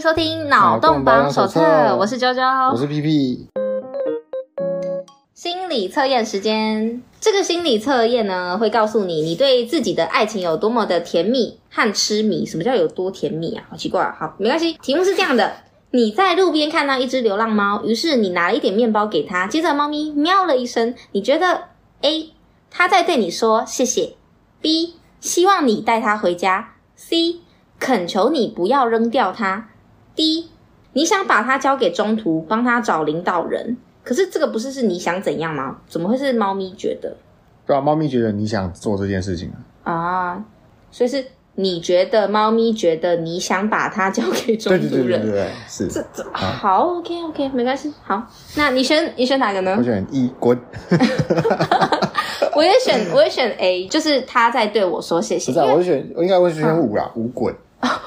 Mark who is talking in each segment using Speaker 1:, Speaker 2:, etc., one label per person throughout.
Speaker 1: 收听《脑洞榜手册
Speaker 2: 脑洞榜手册》，
Speaker 1: 我是啾
Speaker 2: 我
Speaker 1: 啾。
Speaker 2: 是屁屁，
Speaker 1: 心理测验时间，这个心理测验呢，会告诉你你对自己的爱情有多么的甜蜜和痴迷。什么叫有多甜蜜啊？好奇怪、啊。好，没关系。题目是这样的：你在路边看到一只流浪猫，于是你拿了一点面包给它，接着猫咪喵了一声，你觉得 A 它在对你说谢谢，B 希望你带它回家，C 恳求你不要扔掉它，D 你想把它交给中途，帮它找领导人。可是这个不是是你想怎样吗？怎么会是猫咪觉得
Speaker 2: 对啊，猫咪觉得你想做这件事情啊，
Speaker 1: 啊？所以是你觉得猫咪觉得你想把它交给中
Speaker 2: 对对
Speaker 1: 途
Speaker 2: 对对
Speaker 1: 人，
Speaker 2: 对对，啊是。
Speaker 1: 这这好 OK OK 没关系。好，那你选你选哪个呢
Speaker 2: 我？选一滚，
Speaker 1: 我也选我也选 A，就是他在对我说谢谢
Speaker 2: 不是，啊，
Speaker 1: 因为
Speaker 2: 我选，我应该会选五啦，五滚。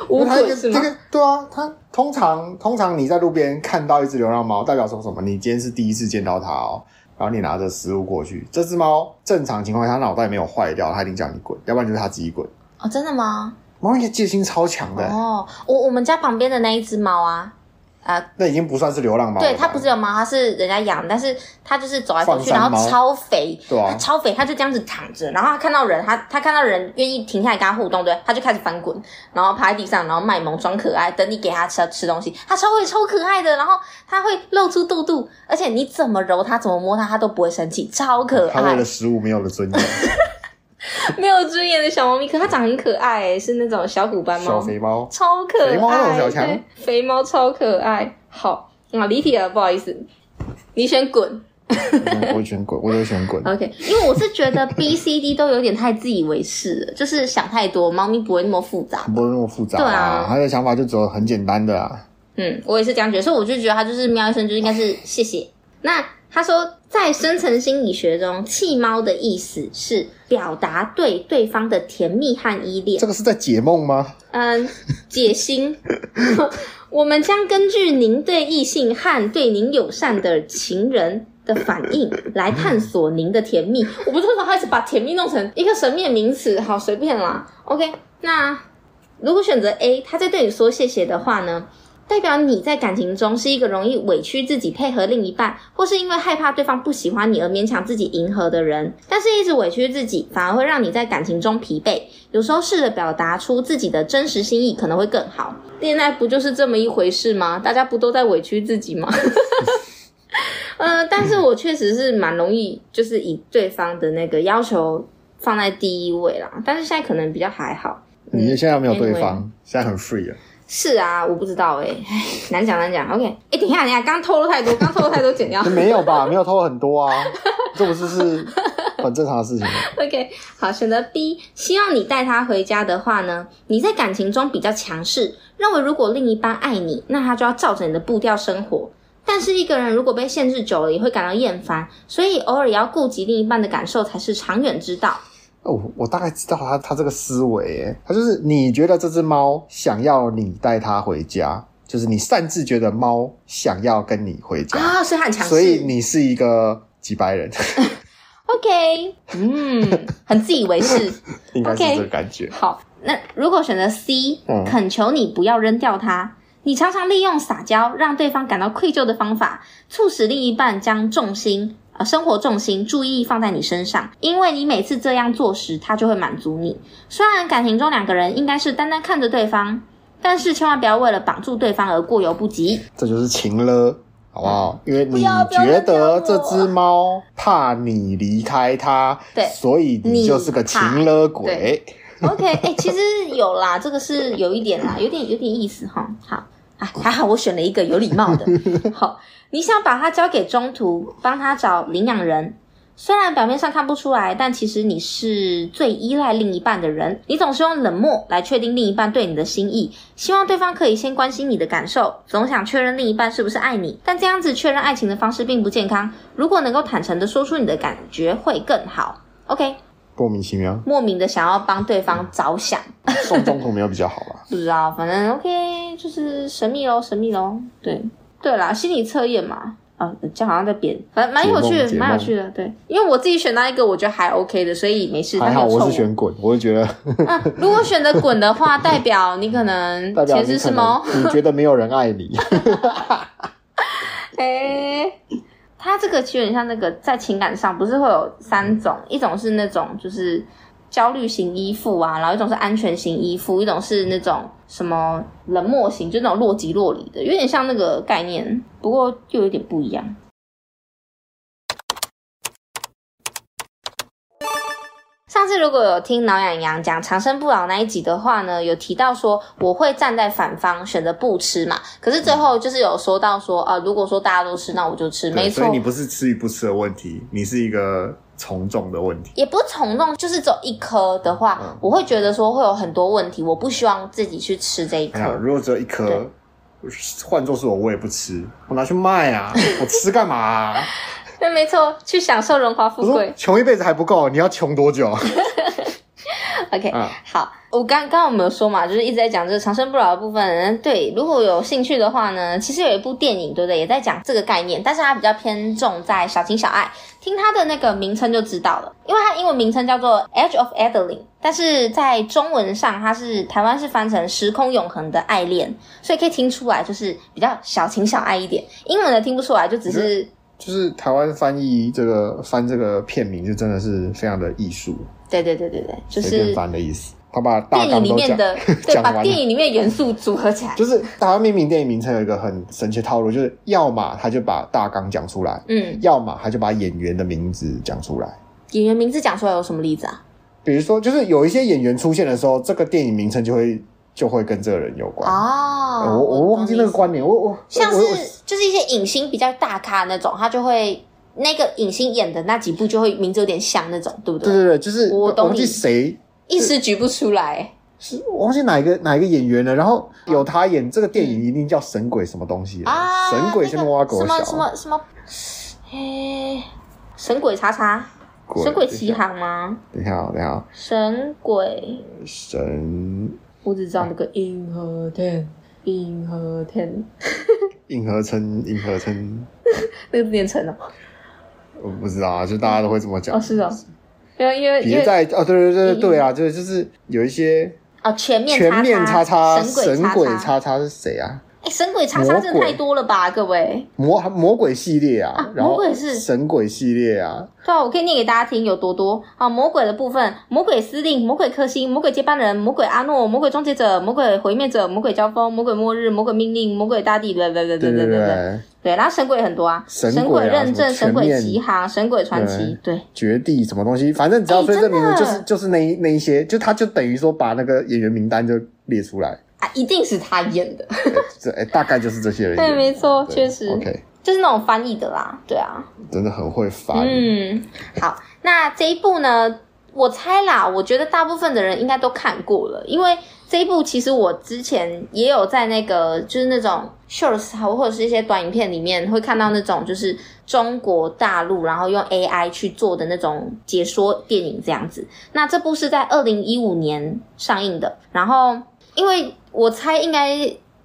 Speaker 1: 无
Speaker 2: 它这
Speaker 1: 鬼
Speaker 2: 个
Speaker 1: 是
Speaker 2: 这
Speaker 1: 吗？
Speaker 2: 个对啊，它通常通常你在路边看到一只流浪猫，代表说什么？你今天是第一次见到它哦。然后你拿着食物过去，这只猫正常情况下它脑袋没有坏掉，它一定叫你滚，要不然就是它自己滚。
Speaker 1: 哦，真的吗？
Speaker 2: 猫咪的戒心超强的，
Speaker 1: 哦，我我们家旁边的那一只猫啊，
Speaker 2: 那已经不算是流浪猫了吧。
Speaker 1: 对，它不是有猫，它是人家养，但是它就是走来走去，
Speaker 2: 放
Speaker 1: 然
Speaker 2: 山猫
Speaker 1: 后超肥，
Speaker 2: 对啊
Speaker 1: 它超肥，它就这样子躺着，然后它看到人，它它看到人愿意停下来跟它互动，对，它就开始翻滚，然后趴在地上，然后卖萌装可爱，等你给它吃吃东西，它超会超可爱的，然后它会露出肚肚，而且你怎么揉它，怎么摸它，它都不会生气，超可
Speaker 2: 它为
Speaker 1: 爱
Speaker 2: 了，食物没有了尊严，
Speaker 1: 没有尊严的小猫咪，可它长得很可爱、欸，是那种小虎斑
Speaker 2: 小
Speaker 1: 猫，
Speaker 2: 肥猫。
Speaker 1: 超可爱，
Speaker 2: 肥猫那种小强
Speaker 1: 对，肥猫超可爱。好，啊，离题了，不好意思，你选滚。
Speaker 2: 我会选滚，我会选滚。
Speaker 1: OK，因为我是觉得 B、C、D 都有点太自以为是了，就是想太多，猫咪不会那么复杂。
Speaker 2: 不会那么复杂
Speaker 1: 对啊
Speaker 2: 他的想法就只有很简单的啊。
Speaker 1: 嗯，我也是这样觉得，所以我就觉得它就是喵一声就应该是谢谢。那他说，在深层心理学中，弃猫的意思是表达对对方的甜蜜和依恋
Speaker 2: 这。个是在解梦吗？
Speaker 1: 嗯，解心， 我们将根据您对异性和对您友善的情人的反应来探索您的甜蜜。我不知道他是把甜蜜弄成一个神秘的名词，好随便啦。OK，那如果选择 A，他在对你说谢谢的话呢？代表你在感情中是一个容易委屈自己配合另一半，或是因为害怕对方不喜欢你而勉强自己迎合的人。但是，一直委屈自己，反而会让你在感情中疲惫。有时候试着表达出自己的真实心意，可能会更好。恋爱不就是这么一回事吗？大家不都在委屈自己吗？ 呃，但是我确实是蛮容易，就是以对方的那个要求放在第一位啦。但是现在可能比较还好。
Speaker 2: 你现在没有对
Speaker 1: anyway
Speaker 2: 方，现在很 free 啊。
Speaker 1: 是啊，我不知道哎、唉难讲难讲。OK，哎、等一下，等一下，刚透露太多，刚透露太多，剪 掉。
Speaker 2: 没有吧？没有偷很多啊，这不是是很正常的事情吗。啊
Speaker 1: OK，好，选择 B。希望你带他回家的话呢，你在感情中比较强势，认为如果另一半爱你，那他就要照着你的步调生活。但是一个人如果被限制久了，也会感到厌烦，所以偶尔也要顾及另一半的感受才是长远之道。
Speaker 2: 哦，我大概知道他他这个思维耶，他就是你觉得这只猫想要你带它回家，就是你擅自觉得猫想要跟你回家，
Speaker 1: 啊、所以他很强势。
Speaker 2: 所以你是一个几白人，
Speaker 1: OK，嗯，很自以为是。
Speaker 2: 应该是
Speaker 1: OK
Speaker 2: 这个感觉。
Speaker 1: 好，那如果选择 C，
Speaker 2: 嗯
Speaker 1: 恳求你不要扔掉它。你常常利用撒娇让对方感到愧疚的方法，促使另一半将重心呃生活重心注意放在你身上，因为你每次这样做时，他就会满足你。虽然感情中两个人应该是单单看着对方，但是千万不要为了绑住对方而过犹不及。
Speaker 2: 这就是情了，好不好？因为
Speaker 1: 嗯不
Speaker 2: 你
Speaker 1: 要
Speaker 2: 觉得这只猫怕你离开它，
Speaker 1: 对
Speaker 2: 所以你就是个情了鬼。
Speaker 1: OK，哎、其实有啦，这个是有一点啦，有点有点意思哈。好，啊，还好我选了一个有礼貌的。好，你想把它交给中途，帮他找领养人。虽然表面上看不出来，但其实你是最依赖另一半的人。你总是用冷漠来确定另一半对你的心意，希望对方可以先关心你的感受，总想确认另一半是不是爱你。但这样子确认爱情的方式并不健康。如果能够坦诚的说出你的感觉，会更好。OK，，
Speaker 2: 莫名其妙
Speaker 1: 莫名的想要帮对方着想，
Speaker 2: 送中途没有比较好 吧？
Speaker 1: 不知道，反正 OK，就是神秘喽，神秘喽。对对啦，心理测验嘛，啊，这样好像在贬，反正蛮有趣
Speaker 2: 解
Speaker 1: 的，
Speaker 2: 梦
Speaker 1: 蛮有趣的。对，因为我自己选到一个我觉得还 OK 的，所以没事。
Speaker 2: 还
Speaker 1: 他没
Speaker 2: 好
Speaker 1: 有
Speaker 2: 我
Speaker 1: 臭
Speaker 2: 是选滚，我就觉 得
Speaker 1: 啊，如果选择滚的 话，代表你可能
Speaker 2: 代表
Speaker 1: 前
Speaker 2: 你
Speaker 1: 世
Speaker 2: 可
Speaker 1: 是
Speaker 2: 能
Speaker 1: 猫。
Speaker 2: 你觉得没有人爱你，
Speaker 1: 哎、它这个其实有点像那个在情感上，不是会有三种，一种是那种就是焦虑型依附啊，然后一种是安全型依附，一种是那种什么冷漠型，就那种若即若离的，有点像那个概念，不过又有点不一样。上次如果有听挠痒痒讲长生不老那一集的话呢，有提到说我会站在反方选择不吃嘛，可是最后就是有说到说啊、如果说大家都吃，那我就吃，
Speaker 2: 对
Speaker 1: 没
Speaker 2: 所
Speaker 1: 错
Speaker 2: 以，你不是吃与不吃的问题，你是一个从众的问题。
Speaker 1: 也不是从众，就是只有一颗的话，
Speaker 2: 嗯
Speaker 1: 我会觉得说会有很多问题，我不希望自己去吃这一颗。
Speaker 2: 哎呀，如果只有一颗
Speaker 1: 对，
Speaker 2: 换作是我，我也不吃，我拿去卖啊，我吃干嘛啊、
Speaker 1: 对，没错，去享受荣华
Speaker 2: 我
Speaker 1: 富
Speaker 2: 说
Speaker 1: 贵。
Speaker 2: 穷一辈子还不够，你要穷多久？
Speaker 1: OK，、
Speaker 2: 啊
Speaker 1: 好，我刚刚我们有说嘛，就是一直在讲这个长生不老的部分。嗯对，如果有兴趣的话呢，其实有一部电影，对不对，也在讲这个概念，但是它比较偏重在小情小爱。听它的那个名称就知道了，因为它英文名称叫做《Edge of Adeline》，但是在中文上它是台湾是翻成《时空永恒的爱恋》，所以可以听出来就是比较小情小爱一点。英文的听不出来，就只
Speaker 2: 嗯
Speaker 1: 是
Speaker 2: 就是台湾翻译这个翻这个片名，就真的是非常的艺术，
Speaker 1: 对对对对对，就
Speaker 2: 随
Speaker 1: 是
Speaker 2: 便翻的意思。他把大
Speaker 1: 电
Speaker 2: 纲
Speaker 1: 影里
Speaker 2: 都讲
Speaker 1: 面 的对，
Speaker 2: 讲完
Speaker 1: 把
Speaker 2: 了
Speaker 1: 电影里面元素组合起来。
Speaker 2: 就是台湾命名电影名称有一个很神奇的套路，就是要么他就把大纲讲出来，
Speaker 1: 嗯，
Speaker 2: 要么他就把演员的名字讲出来。
Speaker 1: 演员名字讲出来有什么例子啊？
Speaker 2: 比如说，就是有一些演员出现的时候，这个电影名称就会就会跟这个人有关。
Speaker 1: 哦，
Speaker 2: 呃我我忘记那个关联，我我
Speaker 1: 像
Speaker 2: 我我
Speaker 1: 是就是一些影星比较大咖那种，他就会那个影星演的那几部就会名字有点像那种，对不
Speaker 2: 对
Speaker 1: 对？
Speaker 2: 对对，就是
Speaker 1: 我懂
Speaker 2: 忘记
Speaker 1: 你
Speaker 2: 谁
Speaker 1: 一时举不出来。
Speaker 2: 是我忘记哪一个哪一个演员了，然后有他演这个电影一定叫神鬼什么东西了
Speaker 1: 啊，
Speaker 2: 嗯神鬼
Speaker 1: 那
Speaker 2: 是
Speaker 1: 个
Speaker 2: 挖狗
Speaker 1: 什
Speaker 2: 小啊
Speaker 1: 么什么什么，嘿，神鬼查查，
Speaker 2: 啊
Speaker 1: 神鬼奇。航吗？
Speaker 2: 等一下哦，等一下哦，
Speaker 1: 神鬼，
Speaker 2: 神
Speaker 1: 我只知道那个银河天，银河天，
Speaker 2: 硬合称硬合称，
Speaker 1: 那个念成哦，
Speaker 2: 我不知道啊，就大家都会这么讲
Speaker 1: 哦。是哦，因为因为因
Speaker 2: 别
Speaker 1: 为
Speaker 2: 再哦，对对对对对啊，就是就是有一些
Speaker 1: 哦全面
Speaker 2: 全面叉叉神
Speaker 1: 神鬼
Speaker 2: 鬼
Speaker 1: 叉叉
Speaker 2: 叉叉是谁啊？
Speaker 1: 哎，神鬼叉叉真的太多了吧，各位？
Speaker 2: 魔魔鬼系列啊
Speaker 1: 啊，
Speaker 2: 然后
Speaker 1: 魔鬼是
Speaker 2: 神鬼系列啊，
Speaker 1: 对啊，我可以念给大家听有多多啊！魔鬼的部分，魔鬼司令、魔鬼克星、魔鬼接班人、魔鬼阿诺、魔鬼终结者、魔鬼毁灭者、魔鬼交锋、魔鬼末日、魔鬼命令、魔鬼大地，对对对对
Speaker 2: 对
Speaker 1: 对
Speaker 2: 对
Speaker 1: 对
Speaker 2: 对，
Speaker 1: 对。然后神鬼也很多啊，
Speaker 2: 神
Speaker 1: 神
Speaker 2: 鬼啊
Speaker 1: 认证、
Speaker 2: 什
Speaker 1: 神
Speaker 2: 么全面
Speaker 1: 鬼奇航、神鬼传奇，对
Speaker 2: 绝地什么东西，反正只要
Speaker 1: 哎
Speaker 2: 追这
Speaker 1: 真的
Speaker 2: 名字，就是就是那一那一些，就他就等于说把那个演员名单就列出来，
Speaker 1: 啊，一定是他演的，
Speaker 2: 这哎大概就是这些人 演
Speaker 1: 对，
Speaker 2: 的。
Speaker 1: 没错，
Speaker 2: 对
Speaker 1: 确实
Speaker 2: OK，
Speaker 1: 就是那种翻译的啦，对啊。
Speaker 2: 真的很会翻。
Speaker 1: 嗯，好，那这一部呢，我猜啦，我觉得大部分的人应该都看过了，因为这一部其实我之前也有在那个就是那种 shorts 啊或者是一些短影片里面会看到那种就是中国大陆然后用 AI 去做的那种解说电影这样子。那这部是在二零一五年上映的，然后因为我猜应该。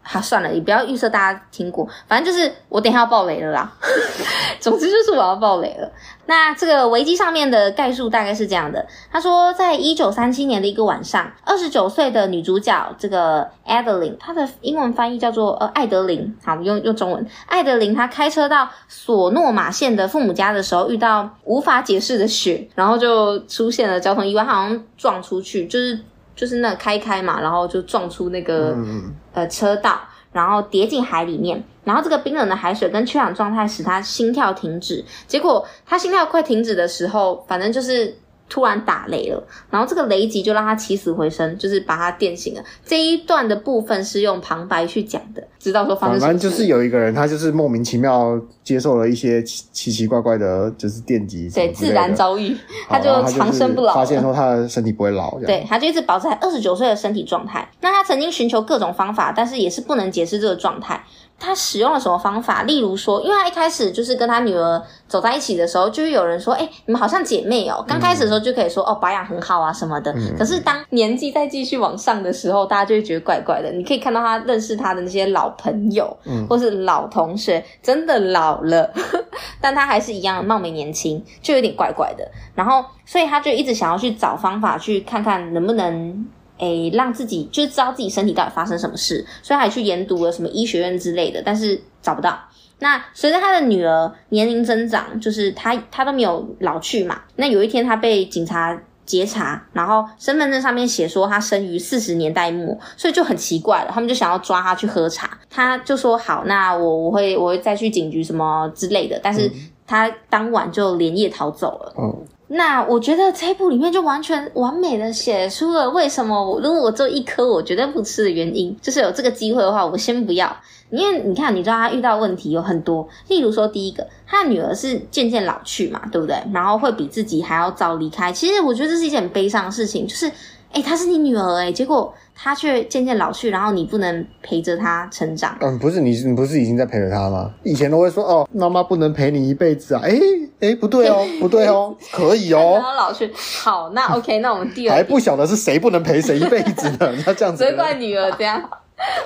Speaker 1: 好、算了，也不要预设大家听过，反正就是我等一下要爆雷了啦。 总之就是我要爆雷了。那这个维基上面的概述大概是这样的：他说，在一九三七年的一个晚上，二十九岁的女主角这个 Adeline，她的英文翻译叫做呃艾德琳，好用用中文，艾德琳她开车到索诺马县的父母家的时候，遇到无法解释的雪，然后就出现了交通意外，她好像撞出去，就是就是那个开开嘛，然后就撞出那个。
Speaker 2: 嗯，
Speaker 1: 呃车道，然后跌进海里面。然后这个冰冷的海水跟缺氧状态使他心跳停止。结果他心跳快停止的时候，反正就是突然打雷了，然后这个雷击就让他起死回生，就是把他电醒了。这一段的部分是用旁白去讲的，知道说发生
Speaker 2: 反
Speaker 1: 什么
Speaker 2: 正就
Speaker 1: 事。
Speaker 2: 是有一个人，他就是莫名其妙接受了一些奇奇奇怪怪的，就是电击什么
Speaker 1: 对，
Speaker 2: 之
Speaker 1: 自
Speaker 2: 类的，
Speaker 1: 然遭遇，他
Speaker 2: 好然后
Speaker 1: 就长生不老了。
Speaker 2: 发现说他的身体不会老，这样
Speaker 1: 对，他就一直保持在二十九岁的身体状态。那他曾经寻求各种方法，但是也是不能解释这个状态。他使用了什么方法？例如说，因为他一开始就是跟他女儿走在一起的时候，就会有人说：“哎、你们好像姐妹哦。”刚开始的时候就可以说：“哦，保养很好啊什么的。可是当年纪再继续往上的时候，大家就会觉得怪怪的。你可以看到他认识他的那些老朋友，
Speaker 2: 嗯
Speaker 1: 或是老同学，真的老了， 但他还是一样貌美年轻，就有点怪怪的。然后，所以他就一直想要去找方法，去看看能不能诶让自己就是知道自己身体到底发生什么事，所以还去研读了什么医学院之类的，但是找不到。那随着他的女儿年龄增长，就是他他都没有老去嘛。那有一天他被警察截查，然后身份证上面写说他生于四十年代末，所以就很奇怪了。他们就想要抓他去喝茶，他就说好，那我我会我会再去警局什么之类的，但是他当晚就连夜逃走了。
Speaker 2: 嗯，
Speaker 1: 那我觉得这一部里面就完全完美的写出了为什么我如果我只有一颗我绝对不吃的原因，就是有这个机会的话，我先不要。因为你看，你知道他遇到问题有很多，例如说第一个，他的女儿是渐渐老去嘛，对不对？然后会比自己还要早离开。其实我觉得这是一件很悲伤的事情，就是，诶、她是你女儿、诶，结果她却渐渐老去，然后你不能陪着她成长。
Speaker 2: 嗯，不是你，你不是已经在陪着他吗？以前都会说哦，妈妈不能陪你一辈子啊。哎、哎、不对哦，不 对哦，可以
Speaker 1: 然
Speaker 2: 哦，
Speaker 1: 后老去，好，那 OK，那我们第二
Speaker 2: 还不晓得是谁不能陪谁一辈子呢？ 要这样子
Speaker 1: 只，会怪女儿这样。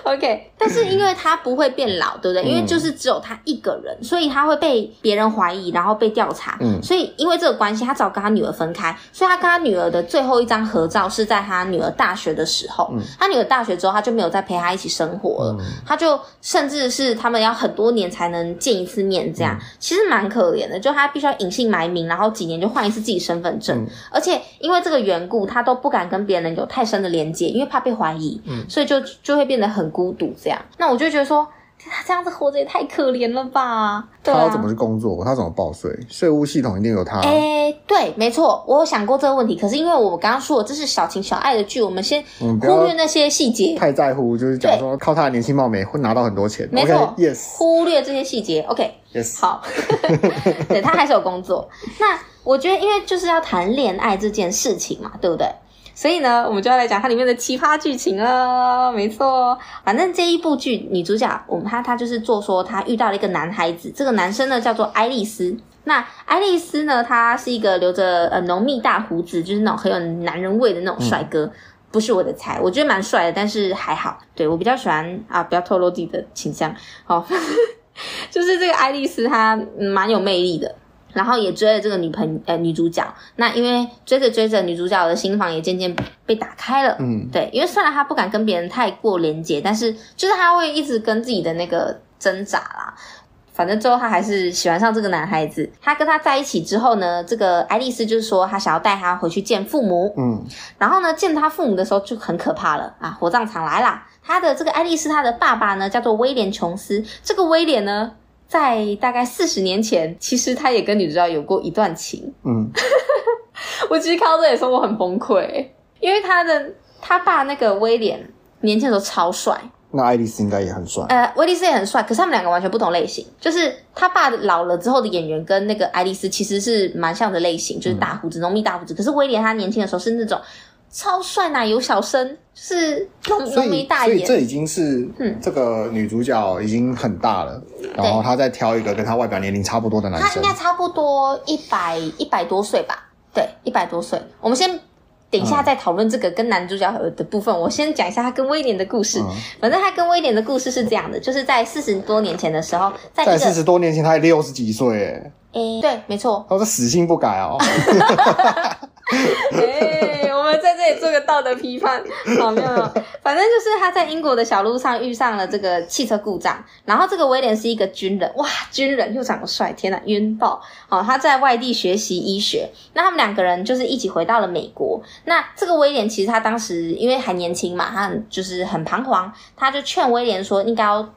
Speaker 1: OK，但是因为她不会变老，对不对？因
Speaker 2: 嗯
Speaker 1: 为就是只有她一个人，所以她会被别人怀疑，然后被调查。
Speaker 2: 嗯
Speaker 1: 所以因为这个关系，她早跟她女儿分开，所以她跟她女儿的最后一张合照是在她女儿大学的时候。她女儿大学之后，她就没有再陪她一起生活了。他就甚至是他们要很多年才能见一次面，这样、其实蛮可怜的。就他必须要隐姓埋名，然后几年就换一次自己身份证，而且因为这个缘故，他都不敢跟别人有太深的连接，因为怕被怀疑，所以就就会变得很孤独。这样，那我就觉得说，他这样子活着也太可怜了吧？对
Speaker 2: 他
Speaker 1: 啊
Speaker 2: 要，怎么去啊工作？他怎么报税？税务系统一定有他。
Speaker 1: 哎、对，没错，我有想过这个问题。可是因为我刚刚说，这是小情小爱的剧，我们先
Speaker 2: 嗯不要
Speaker 1: 忽略那些细节。
Speaker 2: 太在乎，就是讲说靠他的年轻貌美会拿到很多钱。
Speaker 1: 没错
Speaker 2: OK，yes，yes，、
Speaker 1: 忽略这些细节，OK，好， 对他还是有工作。那我觉得，因为就是要谈恋爱这件事情嘛，对不对？所以呢，我们就要来讲它里面的奇葩剧情了。没错，反正这一部剧女主角，我们她她就是做说她遇到了一个男孩子，这个男生呢叫做爱丽丝。那爱丽丝呢，她是一个留着呃浓密大胡子，就是那种很有男人味的那种帅哥。不是我的菜，我觉得蛮帅的，但是还好。对我比较喜欢啊，不要透露自己的倾向。好， 就是这个爱丽丝她嗯蛮有魅力的，然后也追了这个女朋呃女主角。那因为追着追着，女主角的心房也渐渐被打开了。
Speaker 2: 嗯，
Speaker 1: 对，因为虽然她不敢跟别人太过连接，但是就是她会一直跟自己的那个挣扎啦。反正最后她还是喜欢上这个男孩子。她跟他在一起之后呢，这个爱丽丝就是说她想要带他回去见父母。
Speaker 2: 嗯，
Speaker 1: 然后呢，见他父母的时候就很可怕了啊！火葬场来啦！他的这个爱丽丝，她的爸爸呢叫做威廉·琼斯。这个威廉呢，在大概四十年前，其实他也跟女主角有过一段情。
Speaker 2: 嗯，
Speaker 1: 我其实看到这里的时候，我很崩溃，因为他的他爸那个威廉年轻的时候超帅，
Speaker 2: 那爱丽丝应该也很帅。
Speaker 1: 呃，威利斯也很帅，可是他们两个完全不同类型。就是他爸老了之后的演员跟那个爱丽丝其实是蛮像的类型，
Speaker 2: 嗯
Speaker 1: 就是大胡子、浓密大胡子。可是威廉他年轻的时候是那种超帅奶油小生，就是浓
Speaker 2: 所
Speaker 1: 浓眉
Speaker 2: 以，
Speaker 1: 大
Speaker 2: 所以
Speaker 1: 眼。
Speaker 2: 这已经是
Speaker 1: 嗯
Speaker 2: 这个女主角已经很大了，然后她再挑一个跟她外表年龄差不多的男
Speaker 1: 他应
Speaker 2: 生。
Speaker 1: 该差不多一百一百多岁吧？对，一百多岁。我们先等一
Speaker 2: 嗯
Speaker 1: 下再讨论这个跟男主角的部分。我先讲一下他跟威廉的故事。
Speaker 2: 嗯
Speaker 1: 反正他跟威廉的故事是这样的，就是在四十多年前的时候，在
Speaker 2: 在
Speaker 1: 一个
Speaker 2: 四十多年前，她也六十几岁，哎，
Speaker 1: 诶，对，没 错，
Speaker 2: 她说死性不 改哦。
Speaker 1: 哎、我们在这里做个道德批判，好没有没有，反正就是他在英国的小路上遇上了这个汽车故障，然后这个威廉是一个军人，哇，军人又长得帅，天呐，晕爆！哦，他在外地学习医学，那他们两个人就是一起回到了美国。那这个威廉其实他当时因为还年轻嘛，他很就是很彷徨，他就劝威廉说应该要。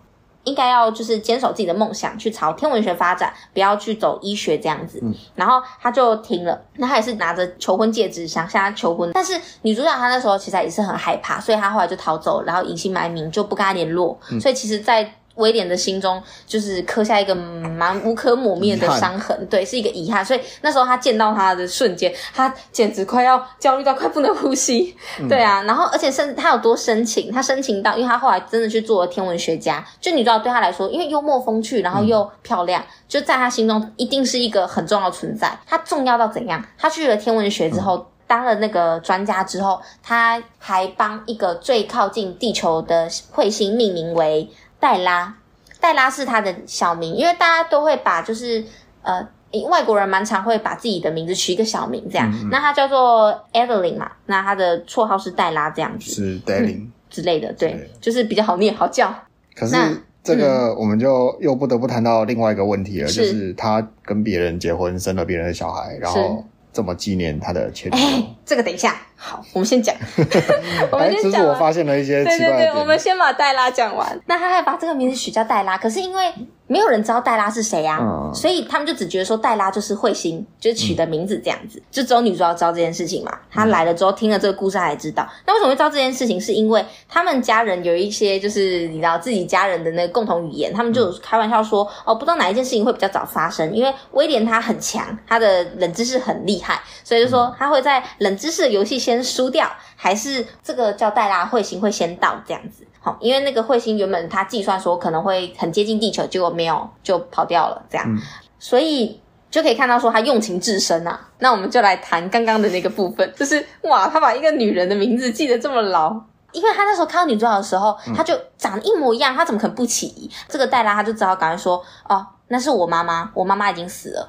Speaker 1: 应该要就是坚守自己的梦想，去朝天文学发展，不要去走医学这样子。
Speaker 2: 嗯
Speaker 1: 然后他就停了，那他也是拿着求婚戒指想向他求婚，但是女主角她那
Speaker 2: 嗯
Speaker 1: 时候其实也是很害怕，所以她后来就逃走，然后隐姓埋名就不跟他联络，所以其实，在威廉的心中就是刻下一个蛮无可抹灭的
Speaker 2: 遗憾
Speaker 1: 伤痕，对，是一个遗憾。所以那时候他见到他的瞬间，他简直快要焦虑到快不能呼吸。
Speaker 2: 嗯
Speaker 1: 对啊，然后而且甚至他有多深情，他深情到，因为他后来真的去做了天文学家，就你知道对他来说，因为幽默风趣，然后
Speaker 2: 嗯
Speaker 1: 又漂亮，就在他心中一定是一个很重要的存在。他重要到怎样？他去了天文学之
Speaker 2: 嗯
Speaker 1: 后。当了那个专家之后，他还帮一个最靠近地球的彗星命名为黛拉，黛拉是他的小名，因为大家都会把就是呃。诶外国人蛮常会把自己的名字取一个小名，这样，
Speaker 2: 嗯嗯
Speaker 1: 那他叫做 Evelyn 嘛，那他的绰号是黛拉这样子
Speaker 2: 是 Darling。
Speaker 1: 之类的，
Speaker 2: 对
Speaker 1: 对，就是比较好念好叫，
Speaker 2: 可是
Speaker 1: 那嗯
Speaker 2: 这个我们就又不得不谈到另外一个问题了，
Speaker 1: 是
Speaker 2: 就是他跟别人结婚，生了别人的小孩，然后这么纪念他的前 女
Speaker 1: 哎、
Speaker 2: 友。
Speaker 1: 这个等一下，好，我们先讲， 我
Speaker 2: 哎
Speaker 1: 们，先
Speaker 2: 这是
Speaker 1: 讲
Speaker 2: 我
Speaker 1: 完。
Speaker 2: 发现了一些
Speaker 1: 对
Speaker 2: 奇
Speaker 1: 对
Speaker 2: 怪的
Speaker 1: 对
Speaker 2: 点。，
Speaker 1: 我们先把黛拉讲完。那他还把这个名字取叫黛拉，可是因为没有人知道黛拉是谁啊，
Speaker 2: 嗯
Speaker 1: 所以他们就只觉得说黛拉就是彗星，就是取的名字这样子，就只有女主角知道这件事情嘛。她来了之后听了这个故事，她才知道。那为什么会知道这件事情？是因为他们家人有一些就是你知道自己家人的那个共同语言，他们就有开玩笑说，哦，不知道哪一件事情会比较早发生，因为威廉他很强，他的冷知识很厉害，所以就说他会在冷知识的游戏先输掉，还是这个叫戴拉彗星会先到这样子。好，因为那个彗星原本他计算说可能会很接近地球，结果没有就跑掉了，这样，
Speaker 2: 嗯
Speaker 1: 所以就可以看到说他用情至深啊。那我们就来谈刚刚的那个部分， 就是哇，他把一个女人的名字记得这么牢，嗯因为他那时候看到女主角的时候，他就长得一模一样，他怎么可能不起疑？这个黛拉他就只好赶快说：“哦，那是我妈妈，我妈妈已经死了。”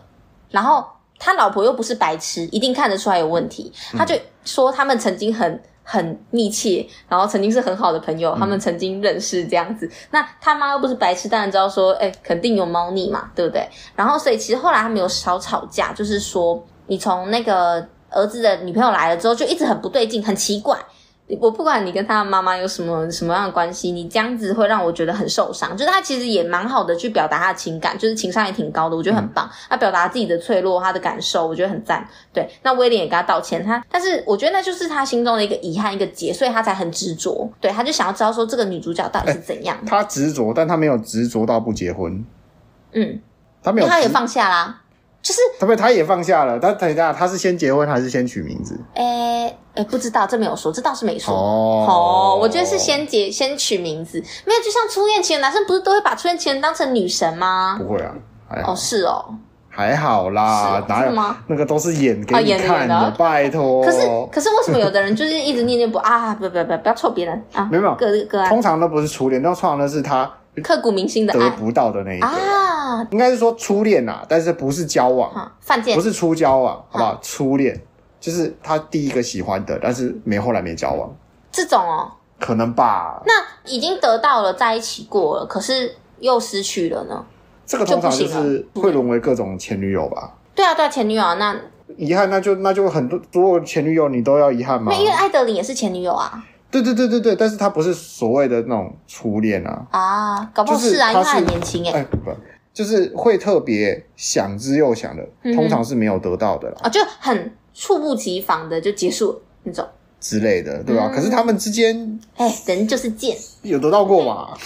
Speaker 1: 然后他老婆又不是白痴，一定看得出来有问题。他就说他们曾经很很密切，然后曾经是很好的朋友，他们曾经认识这样子。那他妈又不是白痴，当然知道说，哎，肯定有猫腻嘛，对不对？然后所以其实后来他们有少吵架，就是说你从那个儿子的女朋友来了之后，就一直很不对劲，很奇怪。我不管你跟他的妈妈有什么什么样的关系，你这样子会让我觉得很受伤。就是他其实也蛮好的去表达他的情感，就是情商也挺高的，我觉得很棒。他表达自己的脆弱，他的感受，我觉得很赞。对，那威廉也跟他道歉，他但是我觉得那就是他心中的一个遗憾，一个结，所以他才很执着。对，他就想要知道说这个女主角到底是怎样的。
Speaker 2: 他执着，但他没有执着到不结婚，
Speaker 1: 嗯，
Speaker 2: 他没
Speaker 1: 因
Speaker 2: 有
Speaker 1: 为
Speaker 2: 执，
Speaker 1: 他也放下啦，就是
Speaker 2: 他被他也放下了。他等一下，他是先结婚还是先取名字？
Speaker 1: 诶诶、不知道这没有说，这倒是没说。
Speaker 2: 哦
Speaker 1: 哦，我觉得是先结先取名字，没有就像初恋情人，男生不是都会把初恋情人当成女神吗？
Speaker 2: 不会啊，还好、
Speaker 1: 哦，是哦，
Speaker 2: 还好
Speaker 1: 是
Speaker 2: 啦
Speaker 1: 哦，
Speaker 2: 哪
Speaker 1: 是
Speaker 2: 有
Speaker 1: 吗
Speaker 2: 那个都是演给
Speaker 1: 哦
Speaker 2: 你
Speaker 1: 演的
Speaker 2: 看
Speaker 1: 演的
Speaker 2: 拜托。
Speaker 1: 可是可是为什么有的人就是一直念念不 啊？不不不，不要臭别人啊！
Speaker 2: 没有没有
Speaker 1: 个个案
Speaker 2: 通常都不是初恋，那通常都是他
Speaker 1: 刻骨铭心的
Speaker 2: 得
Speaker 1: 爱
Speaker 2: 不到的那一个。
Speaker 1: 啊！
Speaker 2: 应该是说初恋啊，但是不是交往，
Speaker 1: 啊，犯贱
Speaker 2: 不是初交往，好不好？初恋就是他第一个喜欢的，但是没后来没交往，
Speaker 1: 这种哦，
Speaker 2: 可能吧。
Speaker 1: 那已经得到了，在一起过了，可是又失去了呢？
Speaker 2: 这个通常
Speaker 1: 就
Speaker 2: 就
Speaker 1: 不行
Speaker 2: 是会沦为各种前女友吧。
Speaker 1: 对啊，对啊，前女友啊，那
Speaker 2: 遗憾，那就那就很多，如果前女友你都要遗憾吗
Speaker 1: 那？因为艾德琳也是前女友啊
Speaker 2: 对对对对对，但是他不是所谓的那种初恋啊，
Speaker 1: 啊，搞不好
Speaker 2: 就是
Speaker 1: 是啊，因为
Speaker 2: 他是
Speaker 1: 她很年轻哎，
Speaker 2: 哎不，就是会特别想之又想的，
Speaker 1: 嗯哼
Speaker 2: 通常是没有得到的啦
Speaker 1: 哦，就很猝不及防的就结束了那种。
Speaker 2: 之类的，对吧？
Speaker 1: 嗯
Speaker 2: 可是他们之间
Speaker 1: 哎，人就是贱。
Speaker 2: 有得到过吧？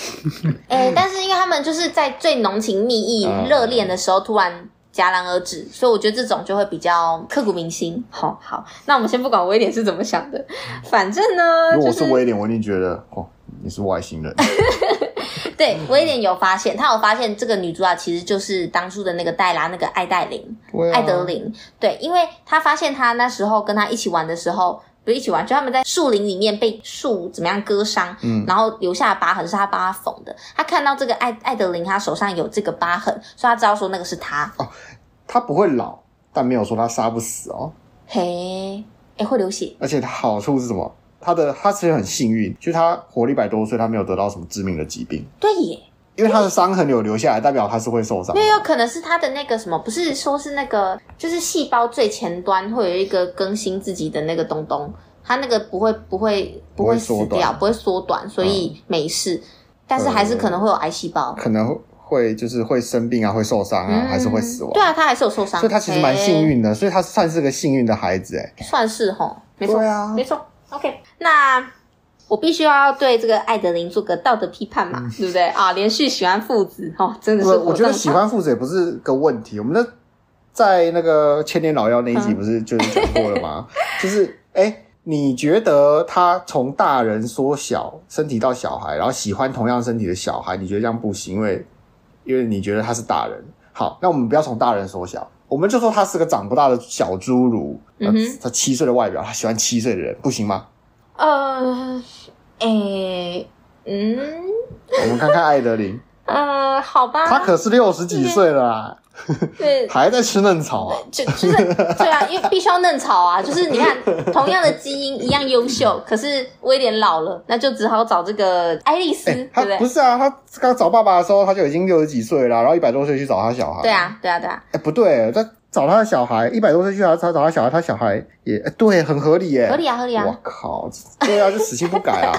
Speaker 1: 哎、但是因为他们就是在最浓情蜜意、
Speaker 2: 嗯
Speaker 1: 热恋的时候突然戛然而止，所以我觉得这种就会比较刻骨铭心。嗯好好，那我们先不管威廉是怎么想的，反正呢，
Speaker 2: 如果
Speaker 1: 呃就
Speaker 2: 我是威廉，我一定觉得哦，你是外星人。
Speaker 1: 对
Speaker 2: 嗯
Speaker 1: 威廉有发现，他有发现这个女主角其实就是当初的那个黛拉，那个艾黛琳。
Speaker 2: 对啊
Speaker 1: 艾德琳，对，因为他发现他那时候跟他一起玩的时候，不是一起玩，就他们在树林里面被树怎么样割伤，
Speaker 2: 嗯
Speaker 1: 然后留下的疤痕是他帮他缝的。他看到这个艾艾德琳，他手上有这个疤痕，所以他知道说那个是他。
Speaker 2: 哦他不会老，但没有说他杀不死哦。
Speaker 1: 嘿，哎，会流血，
Speaker 2: 而且他好处是什么？他的他其实很幸运，就是他活了一百多岁，他没有得到什么致命的疾病，
Speaker 1: 对耶，
Speaker 2: 因为他的伤痕有留下来，代表他是会受伤
Speaker 1: 因。为有可能是他的那个什么，不是说是那个，就是细胞最前端会有一个更新自己的那个东东，它那个不会不会不
Speaker 2: 会
Speaker 1: 会
Speaker 2: 缩
Speaker 1: 死
Speaker 2: 短嗯呃
Speaker 1: 掉，不会缩短，所以没事，但是还是可能会有癌细胞。
Speaker 2: 可能会就是会生病啊，会受伤啊，还是会死亡。
Speaker 1: 对啊，他还是有受伤，
Speaker 2: 所以他其实蛮幸运的，所以他算是个幸运的孩子哎、
Speaker 1: 诶，算是吼，没错，
Speaker 2: 对啊
Speaker 1: 没错。OK，那我必须要对这个艾德琳做个道德批判嘛，对不对啊？连续喜欢父子哦，真的是
Speaker 2: 嗯我我觉得
Speaker 1: 火葬
Speaker 2: 喜欢父子也不是个问题。我们的在那个千年老妖那一集
Speaker 1: 嗯
Speaker 2: 不是就是讲过了吗？ 就是哎、诶你觉得他从大人缩小身体到小孩，然后喜欢同样身体的小孩，你觉得这样不行，因为因为你觉得他是大人。好，那我们不要从大人缩小，我们就说他是个长不大的小侏儒。呃
Speaker 1: 嗯哼
Speaker 2: 他七岁的外表，他喜欢七岁的人，不行吗？
Speaker 1: 呃，诶，嗯，
Speaker 2: 我们看看艾 德琳，
Speaker 1: 呃，好吧，
Speaker 2: 他可是六十几岁了啦，
Speaker 1: 对，
Speaker 2: 还在吃嫩草啊。
Speaker 1: 就就是对啊，因为必须要嫩草啊，就是你看同样的基因一样优秀，可是威廉老了，那就只好找这个爱丽丝，
Speaker 2: 欸
Speaker 1: 对
Speaker 2: 他
Speaker 1: 不对？
Speaker 2: 不是啊，他刚找爸爸的时候，他就已经六十几岁了，然后一百多岁去找他小孩。
Speaker 1: 对，啊，对啊，对啊，
Speaker 2: 哎、不对，他找他的小孩，一百多岁去找他找他小孩，他小孩也、欸对，很合理耶。
Speaker 1: 合理啊，合理啊
Speaker 2: 我，靠，对啊，就死性不 改啊，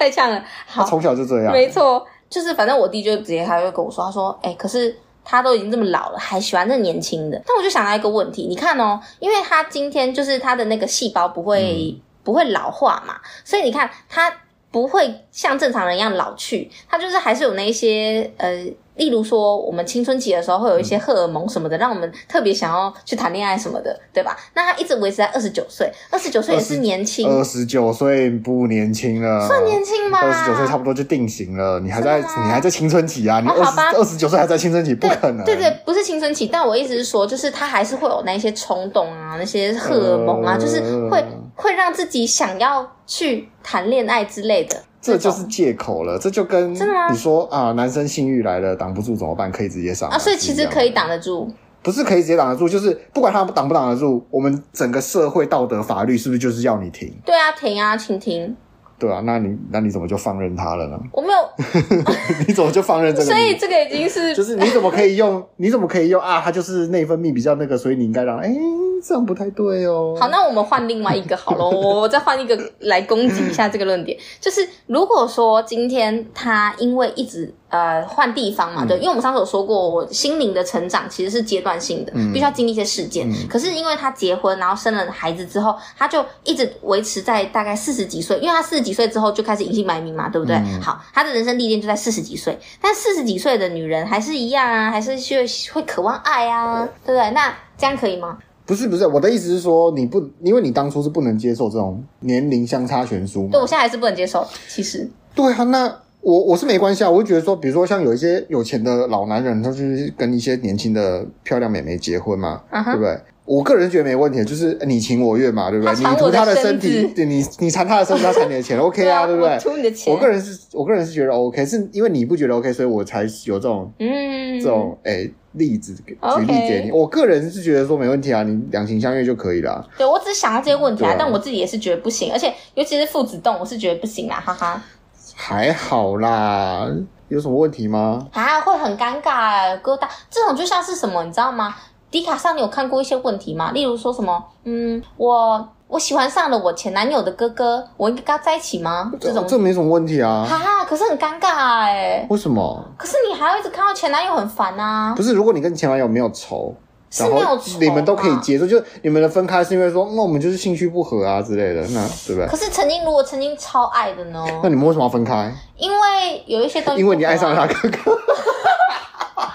Speaker 1: 太呛了，
Speaker 2: 他
Speaker 1: 好，
Speaker 2: 从小就这样。
Speaker 1: 没错，就是反正我弟就直接他就跟我说，他说：“哎、可是他都已经这么老了，还喜欢那年轻的。”但我就想到一个问题，你看哦，因为他今天就是他的那个细胞不会、
Speaker 2: 嗯
Speaker 1: 不会老化嘛，所以你看他不会像正常人一样老去，他就是还是有那一些呃。例如说，我们青春期的时候会有一些荷尔蒙什么的，让我们特别想要去谈恋爱什么的，对吧？那他一直维持在二十九岁，二十九岁也是
Speaker 2: 20
Speaker 1: 年轻，
Speaker 2: 二十九岁不年轻了，
Speaker 1: 算年轻吗？
Speaker 2: 二十九岁差不多就定型了，你还在
Speaker 1: 真的吗
Speaker 2: 你还在青春期啊？你
Speaker 1: 哦
Speaker 2: 二
Speaker 1: 好吧
Speaker 2: 十二十九岁还在青春期，不
Speaker 1: 对
Speaker 2: 可能。
Speaker 1: 对对，不是青春期，但我意思是说，就是他还是会有那些冲动啊，那些荷尔蒙啊，
Speaker 2: 呃
Speaker 1: 就是会会让自己想要去谈恋爱之类的。
Speaker 2: 这就
Speaker 1: 种
Speaker 2: 是借口了，这就跟
Speaker 1: 真的吗
Speaker 2: 你说啊，男生性欲来了挡不住怎么办？可以直接上
Speaker 1: 啊，所以
Speaker 2: 是
Speaker 1: 其
Speaker 2: 一
Speaker 1: 实
Speaker 2: 样
Speaker 1: 可
Speaker 2: 的
Speaker 1: 以挡得住。
Speaker 2: 不是可以直接挡得住，就是不管他挡不挡得住，我们整个社会道德法律是不是就是要你停？
Speaker 1: 对啊，停啊，请停。
Speaker 2: 对啊，那你那你怎么就放任他了呢？
Speaker 1: 我没有，
Speaker 2: 你怎么就放任这个
Speaker 1: 所以
Speaker 2: 你？
Speaker 1: 这个已经是
Speaker 2: 就是你怎么可以用？你怎么可以用啊？他就是内分泌比较那个，所以你应该让哎、这样不太对哦。
Speaker 1: 好，那我们换另外一个好 了，我我再换一个来攻击一下这个论点，就是如果说今天他因为一直呃换地方
Speaker 2: 嗯
Speaker 1: 嘛，对，因为我们上次有说过，我心灵的成长其实是阶段性的，
Speaker 2: 嗯
Speaker 1: 必须要经历一些事件。可是因为他结婚，然后生了孩子之后，他就一直维持在大概四十几岁，因为他四十几岁之后就开始隐姓埋名嘛，对不对？
Speaker 2: 嗯
Speaker 1: 好，他的人生历练就在四十几岁，但四十几岁的女人还是一样啊，还是会会渴望爱啊，对不对？那这样可以吗？
Speaker 2: 不是不是，我的意思是说，你不因为你当初是不能接受这种年龄相差悬殊嘛
Speaker 1: 对，我现在还是不能接受，其实。
Speaker 2: 对啊，那我我是没关系啊，我会觉得说，比如说像有一些有钱的老男人，他就是跟一些年轻的漂亮美眉结婚嘛，
Speaker 1: 嗯哼
Speaker 2: 对不对？我个人觉得没问题，就是呃你情我愿嘛，对不对？
Speaker 1: 他缠
Speaker 2: 你
Speaker 1: 我
Speaker 2: 图
Speaker 1: 的
Speaker 2: 他的
Speaker 1: 身
Speaker 2: 身体
Speaker 1: 子，
Speaker 2: 对你你缠他的身体，他缠你的钱，OK 啊，对不对
Speaker 1: 我？出你的钱。
Speaker 2: 我个人是，我个人是觉得 OK，是因为你不觉得 OK，所以我才有这种
Speaker 1: 嗯，
Speaker 2: 这种诶、例子给举
Speaker 1: OK
Speaker 2: 例给你。我个人是觉得说没问题啊，你两情相悦就可以了。
Speaker 1: 对我只是想到这些问题啊
Speaker 2: 对啊，
Speaker 1: 但我自己也是觉得不行，而且尤其是父子洞，我是觉得不行啦，哈哈，
Speaker 2: 还好啦，有什么问题吗？
Speaker 1: 啊，会很尴尬，疙瘩。这种就像是什么，你知道吗？迪卡上你有看过一些问题吗？例如说什么，嗯，我我喜欢上了我前男友的哥哥，我应该跟他在一起吗？这种
Speaker 2: 这没什么问题啊，
Speaker 1: 啊，可是很尴尬哎、
Speaker 2: 为什么？
Speaker 1: 可是你还要一直看到前男友很烦啊
Speaker 2: 不，是，如果你跟前男友没有仇，
Speaker 1: 是
Speaker 2: 然
Speaker 1: 没有
Speaker 2: 后
Speaker 1: 仇啊
Speaker 2: 你们都可以
Speaker 1: 嘛
Speaker 2: 接受，就是你们的分开是因为说，嗯那、我们就是兴趣不合啊之类的，那对不对
Speaker 1: 可？是曾经如果曾经超爱的呢？
Speaker 2: 那你们为什么要分开？
Speaker 1: 因为有一些东西不合啊，
Speaker 2: 因为你爱上了他哥哥，
Speaker 1: 哦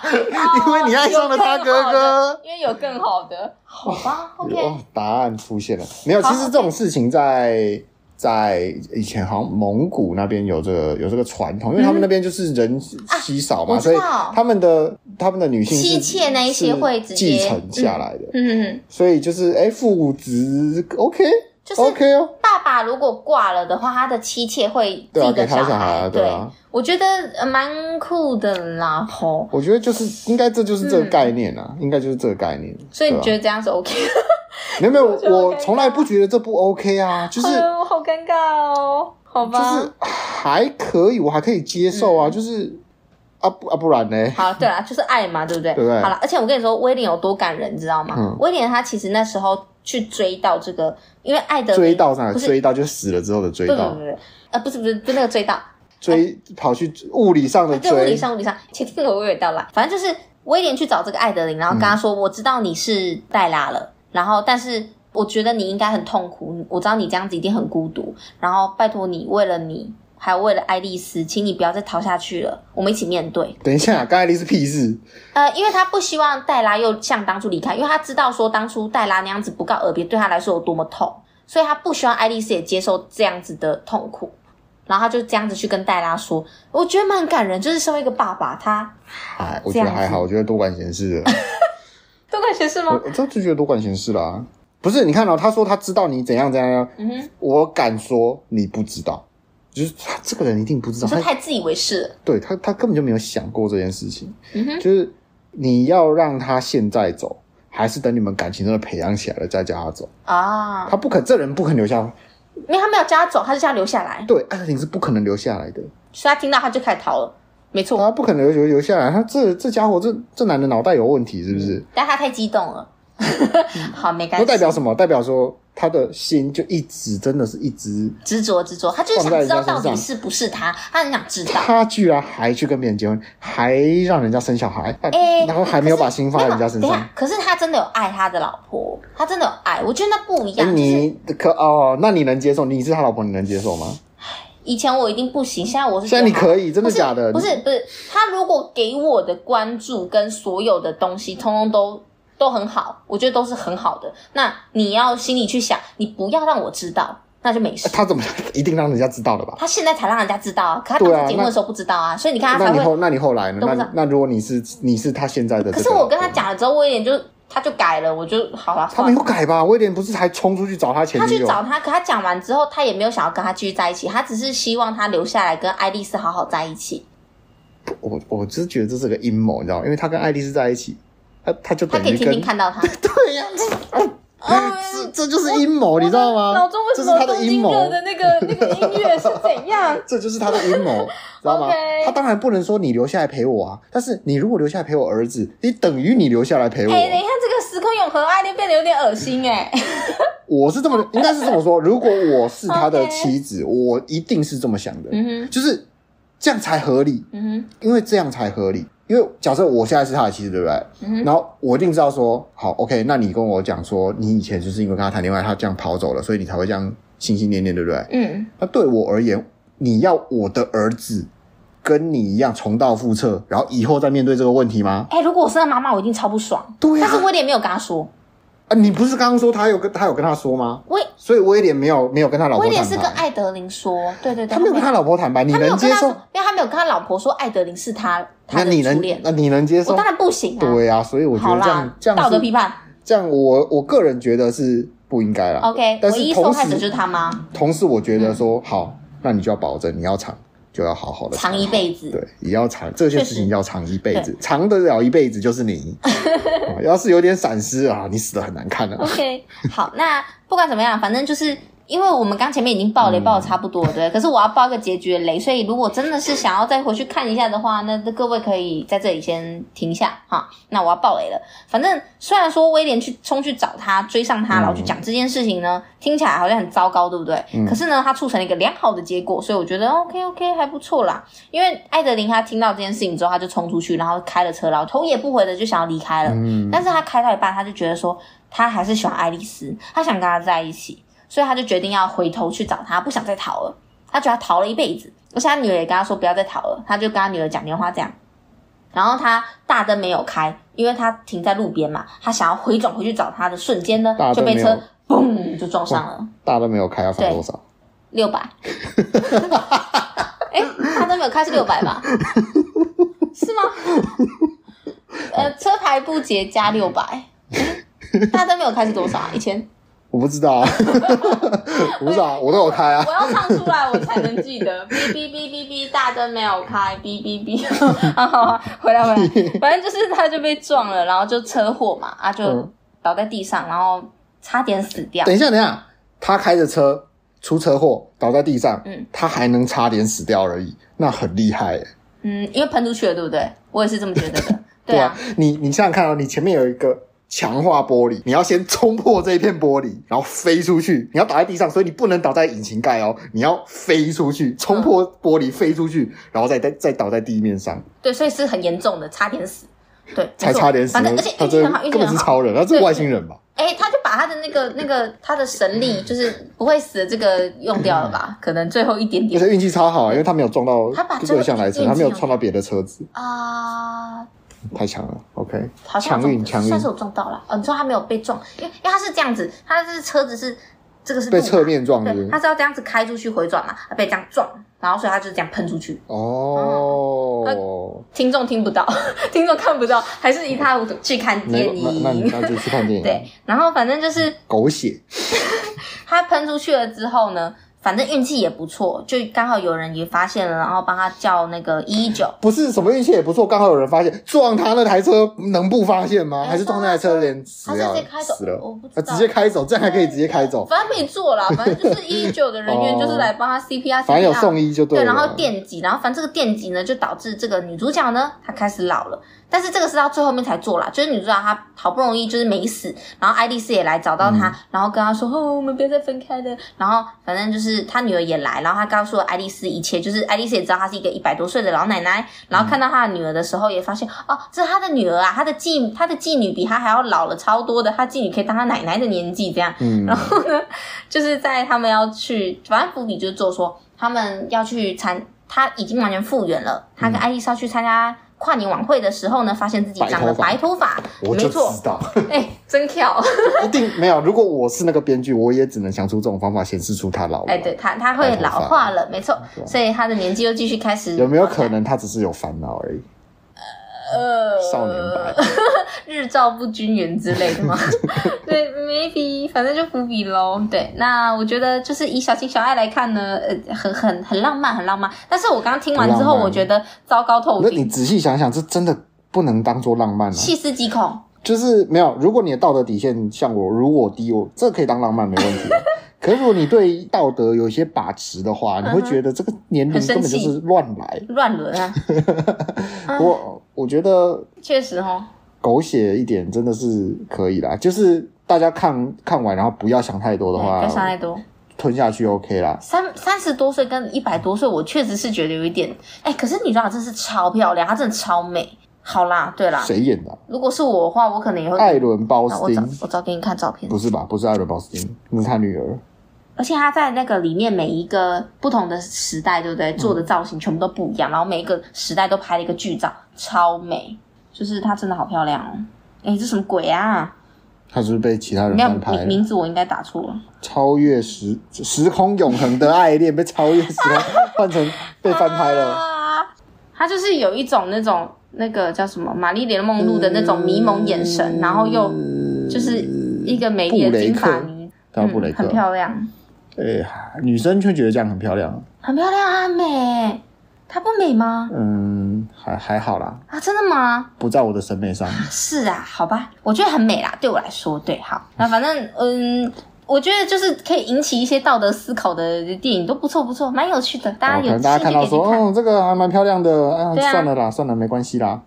Speaker 2: 因为你爱上了他哥哥，
Speaker 1: 因为哦有更好的，好吧
Speaker 2: 哦
Speaker 1: ，OK，，
Speaker 2: 答案出现了。没有，其
Speaker 1: 好
Speaker 2: 实这种事情在在以前好像蒙古那边有这个有这个传统，因为他们那边就是人稀少
Speaker 1: 嗯
Speaker 2: 嘛，
Speaker 1: 啊我
Speaker 2: 所
Speaker 1: 知
Speaker 2: 以
Speaker 1: 道
Speaker 2: 他们的他们的女性是
Speaker 1: 妻妾那一些
Speaker 2: 是
Speaker 1: 会直
Speaker 2: 继
Speaker 1: 接
Speaker 2: 承下来的，
Speaker 1: 嗯，
Speaker 2: 所以就是哎父子 OK
Speaker 1: 就是
Speaker 2: OK 哦。
Speaker 1: 爸爸如果挂了的话，他的妻妾会自
Speaker 2: 对啊
Speaker 1: 己的
Speaker 2: 给他小孩啊
Speaker 1: 孩，
Speaker 2: 对啊
Speaker 1: 我觉得呃蛮酷的啦，吼，
Speaker 2: 我觉得就是应该这就是这个概念啊，应该就是这个概念。
Speaker 1: 嗯所以你
Speaker 2: 对啊
Speaker 1: 觉得这样是 OK？
Speaker 2: 没有没有，
Speaker 1: 觉得
Speaker 2: 我
Speaker 1: 很尴尬
Speaker 2: 从来不觉得这不 OK 啊，就是
Speaker 1: 哎呦 好尴尬哦，好
Speaker 2: 就
Speaker 1: 吧，嗯
Speaker 2: 是还可以，我还可以接受啊，就是啊不啊不然呢？
Speaker 1: 好，对啦，就是爱嘛，对不对？
Speaker 2: 对不对
Speaker 1: 好了，而且我跟你说，威廉有多感人，你知道吗？
Speaker 2: 嗯
Speaker 1: 威廉他其实那时候去追到这个，因为爱德琳
Speaker 2: 追到哪？
Speaker 1: 不是
Speaker 2: 追到就死了之后的追
Speaker 1: 不不
Speaker 2: 到
Speaker 1: 不，不，呃，不是不是不是那个追到，
Speaker 2: 追跑去物理上的
Speaker 1: 啊对，物理
Speaker 2: 追，
Speaker 1: 上物理 上，且听我娓娓道来。反正就是威廉去找这个艾德琳，然后跟他说：“我知道你是黛拉了。”然后，但是我觉得你应该很痛苦，我知道你这样子一定很孤独。然后拜托你，为了你，还有为了爱丽丝，请你不要再逃下去了，我们一起面对。
Speaker 2: 等一下，刚才那是屁事，
Speaker 1: 呃，因为他不希望黛拉又像当初离开，因为他知道说当初黛拉那样子不告而别对他来说有多么痛，所以他不希望爱丽丝也接受这样子的痛苦。然后他就这样子去跟黛拉说，我觉得蛮感人，就是身为一个爸爸，他
Speaker 2: 哎，我觉得
Speaker 1: 这样子
Speaker 2: 还好，我觉得多管闲 事了，
Speaker 1: 多管闲事
Speaker 2: 我
Speaker 1: 吗？
Speaker 2: 我这就觉得多管闲事啦。不是，你看哦，他说他知道你怎样怎样怎样，
Speaker 1: 嗯哼，
Speaker 2: 我敢说你不知道，就是他这个人一定不知
Speaker 1: 你
Speaker 2: 道，
Speaker 1: 说
Speaker 2: 他
Speaker 1: 太自以为是了，
Speaker 2: 对他他根本就没有想过这件事情，
Speaker 1: 嗯哼，
Speaker 2: 就是你要让他现在走，还是等你们感情真的培养起来了再叫他走，
Speaker 1: 啊，
Speaker 2: 他不肯，这人不肯留下，
Speaker 1: 因为他没有叫他走，他就叫他留下来，
Speaker 2: 对，艾琳是不可能留下来的，
Speaker 1: 所以他听到他就开始逃了，没错。
Speaker 2: 他不可能留留留下来，他这这家伙这这男的脑袋有问题是不是？
Speaker 1: 但他太激动了。 好，没关
Speaker 2: 嗯不
Speaker 1: 系。
Speaker 2: 代表什么，代表说他的心就一直真的是一直，
Speaker 1: 执着执着，他就是想知道到底是不是他，他很想知道。
Speaker 2: 他居然还去跟别人结婚，还让人家生小孩，
Speaker 1: 哎
Speaker 2: 然后还没有把心放在人家身
Speaker 1: 等一
Speaker 2: 上
Speaker 1: 下。，哎可是他真的有爱他的老婆，他真的有爱，我觉得那不一
Speaker 2: 哎
Speaker 1: 样。就是
Speaker 2: 你可哦，那你能接受？你是他老婆，你能接受吗？
Speaker 1: 以前我一定不行，现在我是
Speaker 2: 现在你
Speaker 1: 觉得
Speaker 2: 可以，真的假的？
Speaker 1: 不是不是，他如果给我的关注跟所有的东西，通通都都很好，我觉得都是很好的。那你要心里去想，你不要让我知道，那就没事。
Speaker 2: 他怎么一定让人家知道的吧？
Speaker 1: 他现在才让人家知道啊，可他
Speaker 2: 对啊
Speaker 1: 当时结婚的时候不知道啊，所以你看他
Speaker 2: 那
Speaker 1: 才
Speaker 2: 你
Speaker 1: 会
Speaker 2: 后那你后来呢？
Speaker 1: 都不知道
Speaker 2: 那那如果你是你是他现在的，
Speaker 1: 可是我跟他，讲了之后，我有点就他就改了，我就好了。
Speaker 2: 他
Speaker 1: 算
Speaker 2: 没
Speaker 1: 了。
Speaker 2: 有改吧？威廉不是还冲出去找他前
Speaker 1: 他
Speaker 2: 女
Speaker 1: 去
Speaker 2: 友？
Speaker 1: 找他，可他讲完之后，他也没有想要跟他继续在一起，他只是希望他留下来跟爱丽丝好好在一起。
Speaker 2: 我我只是觉得这是个阴谋，你知道吗？因为他跟爱丽丝在一起，他他就
Speaker 1: 他
Speaker 2: 等
Speaker 1: 可以
Speaker 2: 于
Speaker 1: 天
Speaker 2: 跟
Speaker 1: 天看到他，
Speaker 2: 对呀、 这
Speaker 1: 嗯，
Speaker 2: 这就是阴谋，
Speaker 1: 我
Speaker 2: 你知道
Speaker 1: 的
Speaker 2: 吗？
Speaker 1: 脑中为
Speaker 2: 这
Speaker 1: 什
Speaker 2: 是
Speaker 1: 么
Speaker 2: 他
Speaker 1: 有
Speaker 2: 的
Speaker 1: 东
Speaker 2: 阴
Speaker 1: 京
Speaker 2: 谋，
Speaker 1: 热的那个那个音乐是怎 样？哎
Speaker 2: 这就是他的阴谋，知道 吗
Speaker 1: OK
Speaker 2: 他当然不能说你留下来陪我啊，但是你如果留下来陪我儿子，你等于你留下来陪我
Speaker 1: 哎、
Speaker 2: 啊。
Speaker 1: 等一下，这个时空永恒爱恋变得有点恶心哎、
Speaker 2: 我是 这么，应该是这么说。如果我是他的
Speaker 1: OK
Speaker 2: 妻子，我一定是这么想的，
Speaker 1: 嗯哼，
Speaker 2: 就是这样才合理，
Speaker 1: 嗯哼，
Speaker 2: 因为这样才合理。因为假设我现在是他的妻子，对不对？
Speaker 1: 嗯哼，
Speaker 2: 然后我一定知道说，好，OK，那你跟我讲说，你以前就是因为跟他谈恋爱，他这样跑走了，所以你才会这样心心念念，对不对？
Speaker 1: 嗯，
Speaker 2: 那对我而言，你要我的儿子跟你一样重蹈覆辙，然后以后再面对这个问题吗？
Speaker 1: 哎、如果我是他妈妈，我一定超不爽。
Speaker 2: 对啊
Speaker 1: 但是威廉没有跟他说，
Speaker 2: 啊，你不是刚刚说他有跟他有跟他说吗？
Speaker 1: 威
Speaker 2: 所以威廉没有没有跟他老婆
Speaker 1: 威廉
Speaker 2: 坦
Speaker 1: 是跟
Speaker 2: 白，
Speaker 1: 艾德琳说，对对对，
Speaker 2: 他没有跟他老婆坦白，你
Speaker 1: 他没有
Speaker 2: 能
Speaker 1: 跟
Speaker 2: 接
Speaker 1: 他
Speaker 2: 受
Speaker 1: 说？，因为他没有跟他老婆说艾德琳是他他
Speaker 2: 那
Speaker 1: 的
Speaker 2: 你
Speaker 1: 初
Speaker 2: 能
Speaker 1: 恋，啊
Speaker 2: 那你能接
Speaker 1: 我
Speaker 2: 受
Speaker 1: 当？然不行啊。
Speaker 2: 对啊，所以我觉
Speaker 1: 好
Speaker 2: 得
Speaker 1: 啦
Speaker 2: 这样，这
Speaker 1: 道
Speaker 2: 样
Speaker 1: 德批
Speaker 2: 是
Speaker 1: 判。
Speaker 2: 这样我，我个人觉得是不应该啦。
Speaker 1: OK，
Speaker 2: 但
Speaker 1: 唯
Speaker 2: 是
Speaker 1: 一受
Speaker 2: 同
Speaker 1: 害者就是
Speaker 2: 时
Speaker 1: 他妈，
Speaker 2: 同时，我觉得说好，那你就要保证你要藏，就要好好的
Speaker 1: 嗯藏一辈子。
Speaker 2: 对，也要长这些
Speaker 1: 确
Speaker 2: 事
Speaker 1: 实
Speaker 2: 情要长一辈子，长得了一辈子就是 你。哦要是有点闪失啊，你死的很难看的、
Speaker 1: OK，好，那不管怎么样，反正就是因为我们刚前面已经爆雷爆
Speaker 2: 嗯
Speaker 1: 的差不多了，对。可是我要爆一个结局的雷，所以如果真的是想要再回去看一下的话，那那各位可以在这里先停一下哈。那我要爆雷了。反正虽然说威廉去冲去找他，追上
Speaker 2: 嗯
Speaker 1: 他，然后去讲这件事情呢，听起来好像很糟糕，对不对？
Speaker 2: 嗯
Speaker 1: 可是呢，他促成了一个良好的结果，所以我觉得 OK OK 还不错啦。因为艾德琳她听到这件事情之后，她就冲出去，然后开了车，然后头也不回的就想要离开了。
Speaker 2: 嗯，
Speaker 1: 但是他开到一半，他就觉得说他还是喜欢爱丽丝，他想跟她在一起，所以他就决定要回头去找她，不想再逃了。他觉得他逃了一辈子，而且他女儿也跟他说不要再逃了，他就跟他女儿讲电话这样。然后他大灯没有开，因为他停在路边嘛，他想要回转回去找她的瞬间呢
Speaker 2: 大，
Speaker 1: 就
Speaker 2: 灯没
Speaker 1: 被
Speaker 2: 有哦
Speaker 1: 车嘣就撞上了
Speaker 2: 大家都没有开要罚
Speaker 1: 对
Speaker 2: 多少？
Speaker 1: 六 百。哎、大灯没有开是六百吧？是吗？ 呃，车牌不结加六百、诶大灯没有开是多少啊？一千。
Speaker 2: 我不知道啊， 我不知道啊，我都有开啊。
Speaker 1: 我要唱出来，我才能记得。 哔哔哔哔哔，大灯没有开，哔哔哔。 啊，好啊，回来回 来，反正就是他就被撞了，然后就车祸嘛，啊就
Speaker 2: 嗯
Speaker 1: 倒在地上，然后差点死掉。
Speaker 2: 等一下，等一下，他开着车出车祸倒在地上，
Speaker 1: 嗯
Speaker 2: 他还能差点死掉而已，那很厉害、欸。
Speaker 1: 嗯，因为喷出去了，对不对？我也是这么 觉得的。对啊，，
Speaker 2: 你你想想看哦，你前面有一个强化玻璃，你要先冲破这一片玻璃，然后飞出去。你要倒在地上，所以你不能倒在引擎盖哦，你要飞出去，冲破玻璃飞出去，然后再再再倒在地面上，
Speaker 1: 对，所以是很严重的，差点死。对，没
Speaker 2: 才
Speaker 1: 错
Speaker 2: 差点死
Speaker 1: 反正而且。
Speaker 2: 他
Speaker 1: 运
Speaker 2: 这
Speaker 1: 气很好，运
Speaker 2: 根
Speaker 1: 气
Speaker 2: 本
Speaker 1: 很
Speaker 2: 是
Speaker 1: 好。
Speaker 2: 超人，他是
Speaker 1: 对
Speaker 2: 外星人吧？
Speaker 1: 哎，他就把把他的那个那个他的神力，就是不会死的这个用掉了吧？可能最后一点
Speaker 2: 嗯而
Speaker 1: 点
Speaker 2: 且运气超好，因为他没有撞到
Speaker 1: 他把这个
Speaker 2: 对向来车，
Speaker 1: 运气
Speaker 2: 他没有
Speaker 1: 好
Speaker 2: 撞到别的车子，
Speaker 1: 啊、
Speaker 2: 太强了。OK，
Speaker 1: 好像
Speaker 2: 强运
Speaker 1: 撞
Speaker 2: 强运
Speaker 1: 算是我撞到了。哦，你说他没有被撞，因为因为他是这样子，他是车子是这个是
Speaker 2: 被
Speaker 1: 路嘛
Speaker 2: 侧面撞是不
Speaker 1: 对，
Speaker 2: 是
Speaker 1: 他是要这样子开出去回转嘛，他被这样撞，然后所以他就这样喷出去。
Speaker 2: 哦，
Speaker 1: 听众听不到， 听众看不到，还是以他去看
Speaker 2: 没
Speaker 1: 电
Speaker 2: 有那那你
Speaker 1: 影。
Speaker 2: 那就去看电影。
Speaker 1: 对，然后反正就是
Speaker 2: 狗血，
Speaker 1: 他喷出去了之后呢，反正运气也不错，就刚好有人也发现了，然后帮他叫那个一一九。
Speaker 2: 不是什么运气也不错，刚好有人发现撞他那台车，能不发现吗？
Speaker 1: 哎
Speaker 2: 还是撞那台车
Speaker 1: 他
Speaker 2: 连
Speaker 1: 是
Speaker 2: 死
Speaker 1: 直
Speaker 2: 掉了
Speaker 1: 接开走，
Speaker 2: 死了，
Speaker 1: 我不知
Speaker 2: 啊，
Speaker 1: 道。
Speaker 2: 直接开走，这样还可以直接开走，
Speaker 1: 反正没做啦，反正就是一一九的人员
Speaker 2: 哦
Speaker 1: 就是来帮他 CPR，
Speaker 2: 反正有
Speaker 1: CPR
Speaker 2: 送医就对
Speaker 1: 对，
Speaker 2: 了。
Speaker 1: 然后电击，然后反正这个电击呢，就导致这个女主角呢，她开始老了。但是这个是到最后面才做啦，就是女主角她好不容易就是没死，然后爱丽丝也来找到她，
Speaker 2: 嗯
Speaker 1: 然后跟她说：“哦，我们不要再分开了。”然后反正就是她女儿也来，然后她告诉了爱丽丝一切，就是爱丽丝也知道她是一个一百多岁的老奶奶，然
Speaker 2: 嗯
Speaker 1: 后看到她的女儿的时候，也发现、哦，这是她的女儿啊，她的继她的继女比她还要老了超多的，她继女可以当她奶奶的年纪这样。
Speaker 2: 嗯，
Speaker 1: 然后呢，就是在他们要去，反正伏笔就是做说他们要去参，他已经完全复原了。他
Speaker 2: 嗯
Speaker 1: 跟爱丽丝要去参加跨年晚会的时候呢，发现自己长了白
Speaker 2: 白
Speaker 1: 头发，
Speaker 2: 我
Speaker 1: 没
Speaker 2: 就知
Speaker 1: 错，
Speaker 2: 道，
Speaker 1: 哎、真巧，
Speaker 2: 一定没有。如果我是那个编剧，我也只能想出这种方法显示出他老了。
Speaker 1: 哎、对，他他会
Speaker 2: 白头发
Speaker 1: 老化了，没错，
Speaker 2: 对
Speaker 1: 所以他的年纪又继续开始
Speaker 2: 有没有可能他只是有烦恼而已？
Speaker 1: 呃
Speaker 2: 少年白，
Speaker 1: 日照不均匀之类的 吗？对，maybe，反正就伏笔喽。对，那我觉得就是以小情小爱来看呢，呃，很很很浪漫，很浪漫。但是我刚刚听完之
Speaker 2: 很
Speaker 1: 后，
Speaker 2: 浪漫
Speaker 1: 我觉得糟糕透
Speaker 2: 那
Speaker 1: 顶
Speaker 2: 你，仔细想想，这真的不能当做浪漫啊。
Speaker 1: 细思极恐。
Speaker 2: 就是没有，如果你的道德底线像我，如我低，我这可以当浪漫没问 题。可是如果你对道德有一些把持的话，你会觉得这个年
Speaker 1: 嗯
Speaker 2: 龄
Speaker 1: 很生
Speaker 2: 根本就
Speaker 1: 气
Speaker 2: 是乱来。
Speaker 1: 乱伦 啊，嗯
Speaker 2: 我我觉得
Speaker 1: 确实哦。
Speaker 2: 狗血一点真的是可以啦，就是大家看看完，然后不要想太多的
Speaker 1: 对，
Speaker 2: 话
Speaker 1: 不要，想太多。
Speaker 2: 吞下去 OK 啦。
Speaker 1: 三三十多岁跟一百多岁，我确实是觉得有一点，哎、可是女主角真是超漂亮，她真的超美。好啦，对啦，
Speaker 2: 谁演的啊、
Speaker 1: 如果是我的话，我可能也会。
Speaker 2: 艾伦·鲍
Speaker 1: 啊
Speaker 2: 斯
Speaker 1: 我找
Speaker 2: 汀？
Speaker 1: 我找给你看照片
Speaker 2: 不，是吧？不是艾伦·鲍斯汀，那是他女儿。
Speaker 1: 而且她在那个里面每一个不同的时代，对不
Speaker 2: 嗯
Speaker 1: 对？做的造型全部都不一样，然后每一个时代都拍了一个剧照，超美，就是她真的好漂亮哦。哎、这什么鬼啊？
Speaker 2: 他是不是被其他人
Speaker 1: 没有
Speaker 2: 翻拍
Speaker 1: 名
Speaker 2: 了？
Speaker 1: 名字我应该打错了。
Speaker 2: 超越时时空永恒的爱恋被超越时空，换成被翻拍了。
Speaker 1: 啊。他就是有一种那种那个叫什么《玛丽莲梦露》的那种迷蒙眼
Speaker 2: 嗯
Speaker 1: 神，然后又就是一个美丽的金发女，
Speaker 2: 到布雷
Speaker 1: 嗯，
Speaker 2: 克
Speaker 1: 很，漂亮，
Speaker 2: 对、女生却觉得这样很漂亮。
Speaker 1: 很漂亮啊，美。她不美吗？
Speaker 2: 嗯，还还好啦，
Speaker 1: 啊，真的吗？
Speaker 2: 不在我的审美上。
Speaker 1: 是啊，好吧，我觉得很美啦，对我来说，对，好，那反正嗯。我觉得就是可以引起一些道德思考的电影都不错，不错，蛮有趣的。大家
Speaker 2: 哦可
Speaker 1: 有
Speaker 2: 能
Speaker 1: 兴
Speaker 2: 大
Speaker 1: 趣
Speaker 2: 家
Speaker 1: 就可
Speaker 2: 看
Speaker 1: 以
Speaker 2: 到
Speaker 1: 去
Speaker 2: 说，
Speaker 1: 看，
Speaker 2: 哦，这个还蛮漂亮的，啊，
Speaker 1: 对啊
Speaker 2: 算了啦，算了，没关系啦。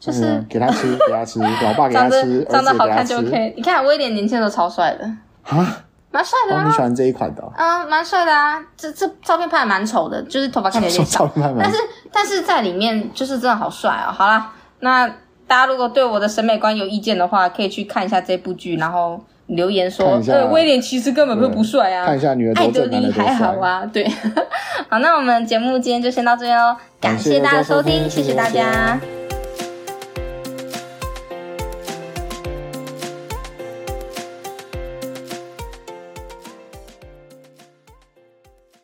Speaker 1: 就是
Speaker 2: 嗯给他吃，给他 吃，老爸给嗯他
Speaker 1: 长得
Speaker 2: 吃，儿
Speaker 1: 长得
Speaker 2: 子
Speaker 1: 好
Speaker 2: 给他
Speaker 1: 看就
Speaker 2: 吃。
Speaker 1: OK。你看威廉年轻的时候超帅的，
Speaker 2: 啊，
Speaker 1: 蛮帅的
Speaker 2: 哦，
Speaker 1: 啊
Speaker 2: 你喜，欢这一款的哦？
Speaker 1: 嗯，蛮帅的啊。这这照片拍的蛮丑的，就是头发看起来有点少，
Speaker 2: 照片拍蛮
Speaker 1: 但是但是在里面就是真的好帅哦。好啦，那大家如果对我的审美观有意见的话，可以去看一下这部剧，然后留言说
Speaker 2: 看一，下
Speaker 1: 呃，威廉其实根本就不帅啊
Speaker 2: 看。一下女儿
Speaker 1: 艾
Speaker 2: 多
Speaker 1: 德
Speaker 2: 正，男
Speaker 1: 莉
Speaker 2: 的多
Speaker 1: 还好
Speaker 2: 帅。
Speaker 1: 啊， 对，好，那我们节目今天就先到这边哦，感
Speaker 2: 感谢
Speaker 1: 大
Speaker 2: 大
Speaker 1: 家
Speaker 2: 家
Speaker 1: 收
Speaker 2: 收
Speaker 1: 听，
Speaker 2: 听
Speaker 1: 谢谢大
Speaker 2: 谢谢
Speaker 1: 家，